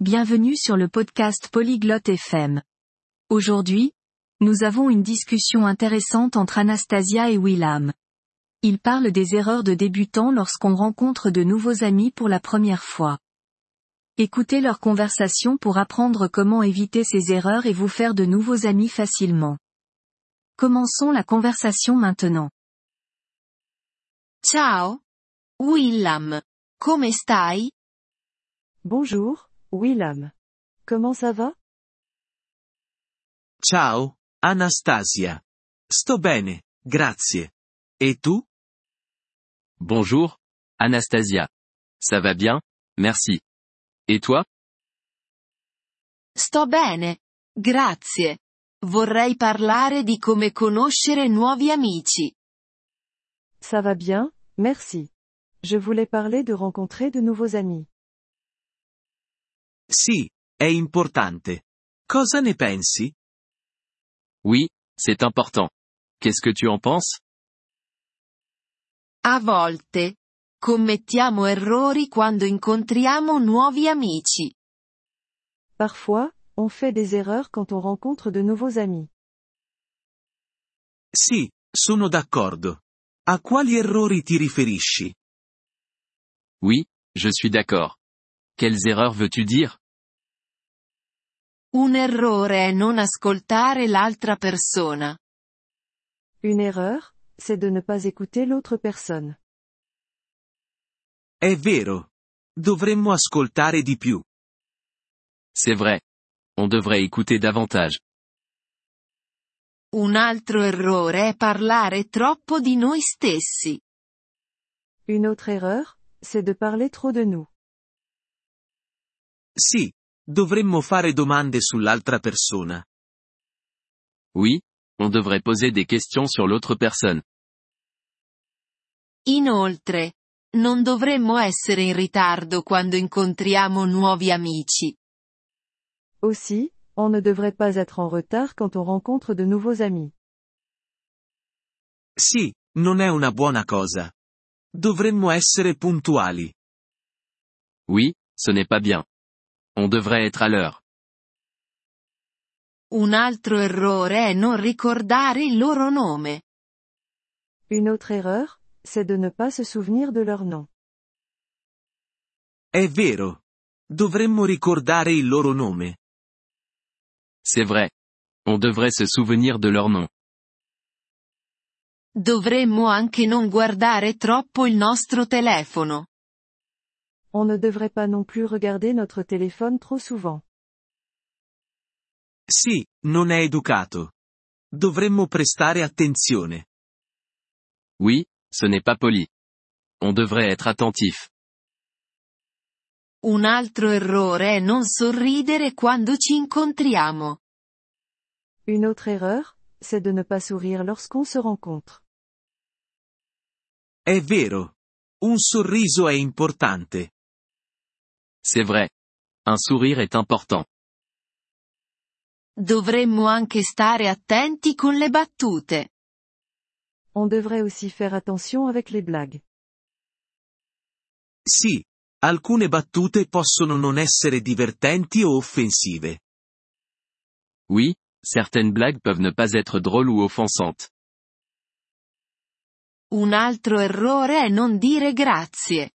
Bienvenue sur le podcast Polyglotte FM. Aujourd'hui, nous avons une discussion intéressante entre Anastasia et Willam. Ils parlent des erreurs de débutants lorsqu'on rencontre de nouveaux amis pour la première fois. Écoutez leur conversation pour apprendre comment éviter ces erreurs et vous faire de nouveaux amis facilement. Commençons la conversation maintenant. Ciao. Willam. Come stai? Bonjour, Willam. Comment ça va Ciao, Anastasia. Sto bene, grazie. E tu? Bonjour, Anastasia. Ça va bien, merci. Et toi Sto bene. Grazie. Vorrei parlare di come conoscere nuovi amici. Ça va bien, merci. Je voulais parler de rencontrer de nouveaux amis. Sì, è importante. Cosa ne pensi? Oui, c'est important. Qu'est-ce que tu en penses A volte. Commettiamo errori quando incontriamo nuovi amici. Parfois, on fait des erreurs quand on rencontre de nouveaux amis. Sì, sono d'accordo. A quali errori ti riferisci? Oui, je suis d'accord. Quelles erreurs veux-tu dire Un errore è non ascoltare l'altra persona. Une erreur, c'est de ne pas écouter l'autre personne. È vero. Dovremmo ascoltare di più. C'est vrai. On devrait écouter davantage. Un altro errore è parlare troppo di noi stessi. Une autre erreur, c'est de parler trop de nous. Sì, dovremmo fare domande sull'altra persona. Oui, on devrait poser des questions sur l'autre personne. Inoltre, non dovremmo essere in ritardo quando incontriamo nuovi amici. Aussi, on ne devrait pas être en retard quand on rencontre de nouveaux amis. Sì, non è una buona cosa. Dovremmo essere puntuali. Oui, ce n'est pas bien. On devrait être à l'heure. Un altro errore è non ricordare il loro nome. Une autre erreur, c'est de ne pas se souvenir de leur nom. È vero. Dovremmo ricordare il loro nome. C'est vrai. On devrait se souvenir de leur nom. Dovremmo anche non guardare troppo il nostro telefono. On ne devrait pas non plus regarder notre téléphone trop souvent. Sì, non è educato. Dovremmo prestare attenzione. Oui, ce n'est pas poli. On devrait être attentif. Un altro errore è non sorridere quando ci incontriamo. Une autre erreur, c'est de ne pas sourire lorsqu'on se rencontre. È vero. Un sorriso è importante. C'est vrai. Un sourire est important. Dovremmo anche stare attenti con le battute. On devrait aussi faire attention avec les blagues. Sì. Alcune battute possono non essere divertenti o offensive. Oui, certaines blagues peuvent ne pas être drôles ou offensantes. Un altro errore è non dire grazie.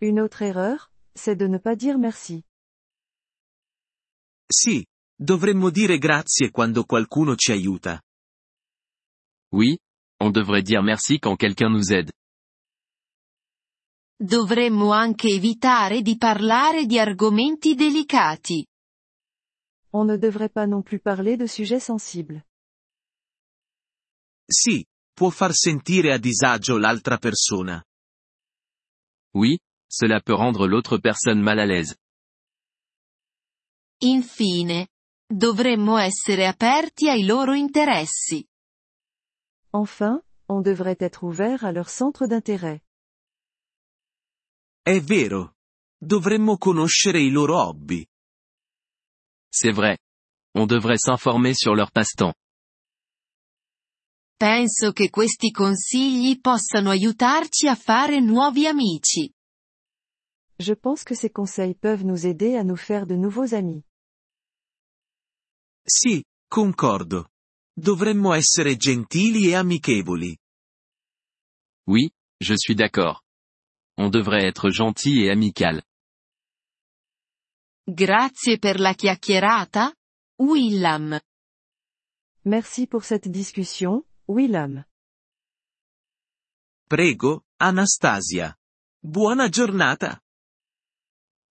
Une autre erreur, c'est de ne pas dire merci. Sì. Dovremmo dire grazie quando qualcuno ci aiuta. Oui, on devrait dire merci quand quelqu'un nous aide. Dovremmo anche evitare di parlare di argomenti delicati. On ne devrait pas non plus parler de sujets sensibles. Sì. Può far sentire a disagio l'altra persona. Oui, cela peut rendre l'autre personne mal à l'aise. Infine, dovremmo essere aperti ai loro interessi. Enfin, on devrait être ouvert à leur centre d'intérêt. È vero. Dovremmo conoscere i loro hobby. C'est vrai. On devrait s'informer sur leur passe-temps. Penso che questi consigli possano aiutarci a fare nuovi amici. Je pense que ces conseils peuvent nous aider à nous faire de nouveaux amis. Sì, concordo. Dovremmo essere gentili e amichevoli. Oui, je suis d'accord. On devrait être gentil et amical. Grazie per la chiacchierata, Willam. Merci pour cette discussion, Willam. Prego, Anastasia. Buona giornata.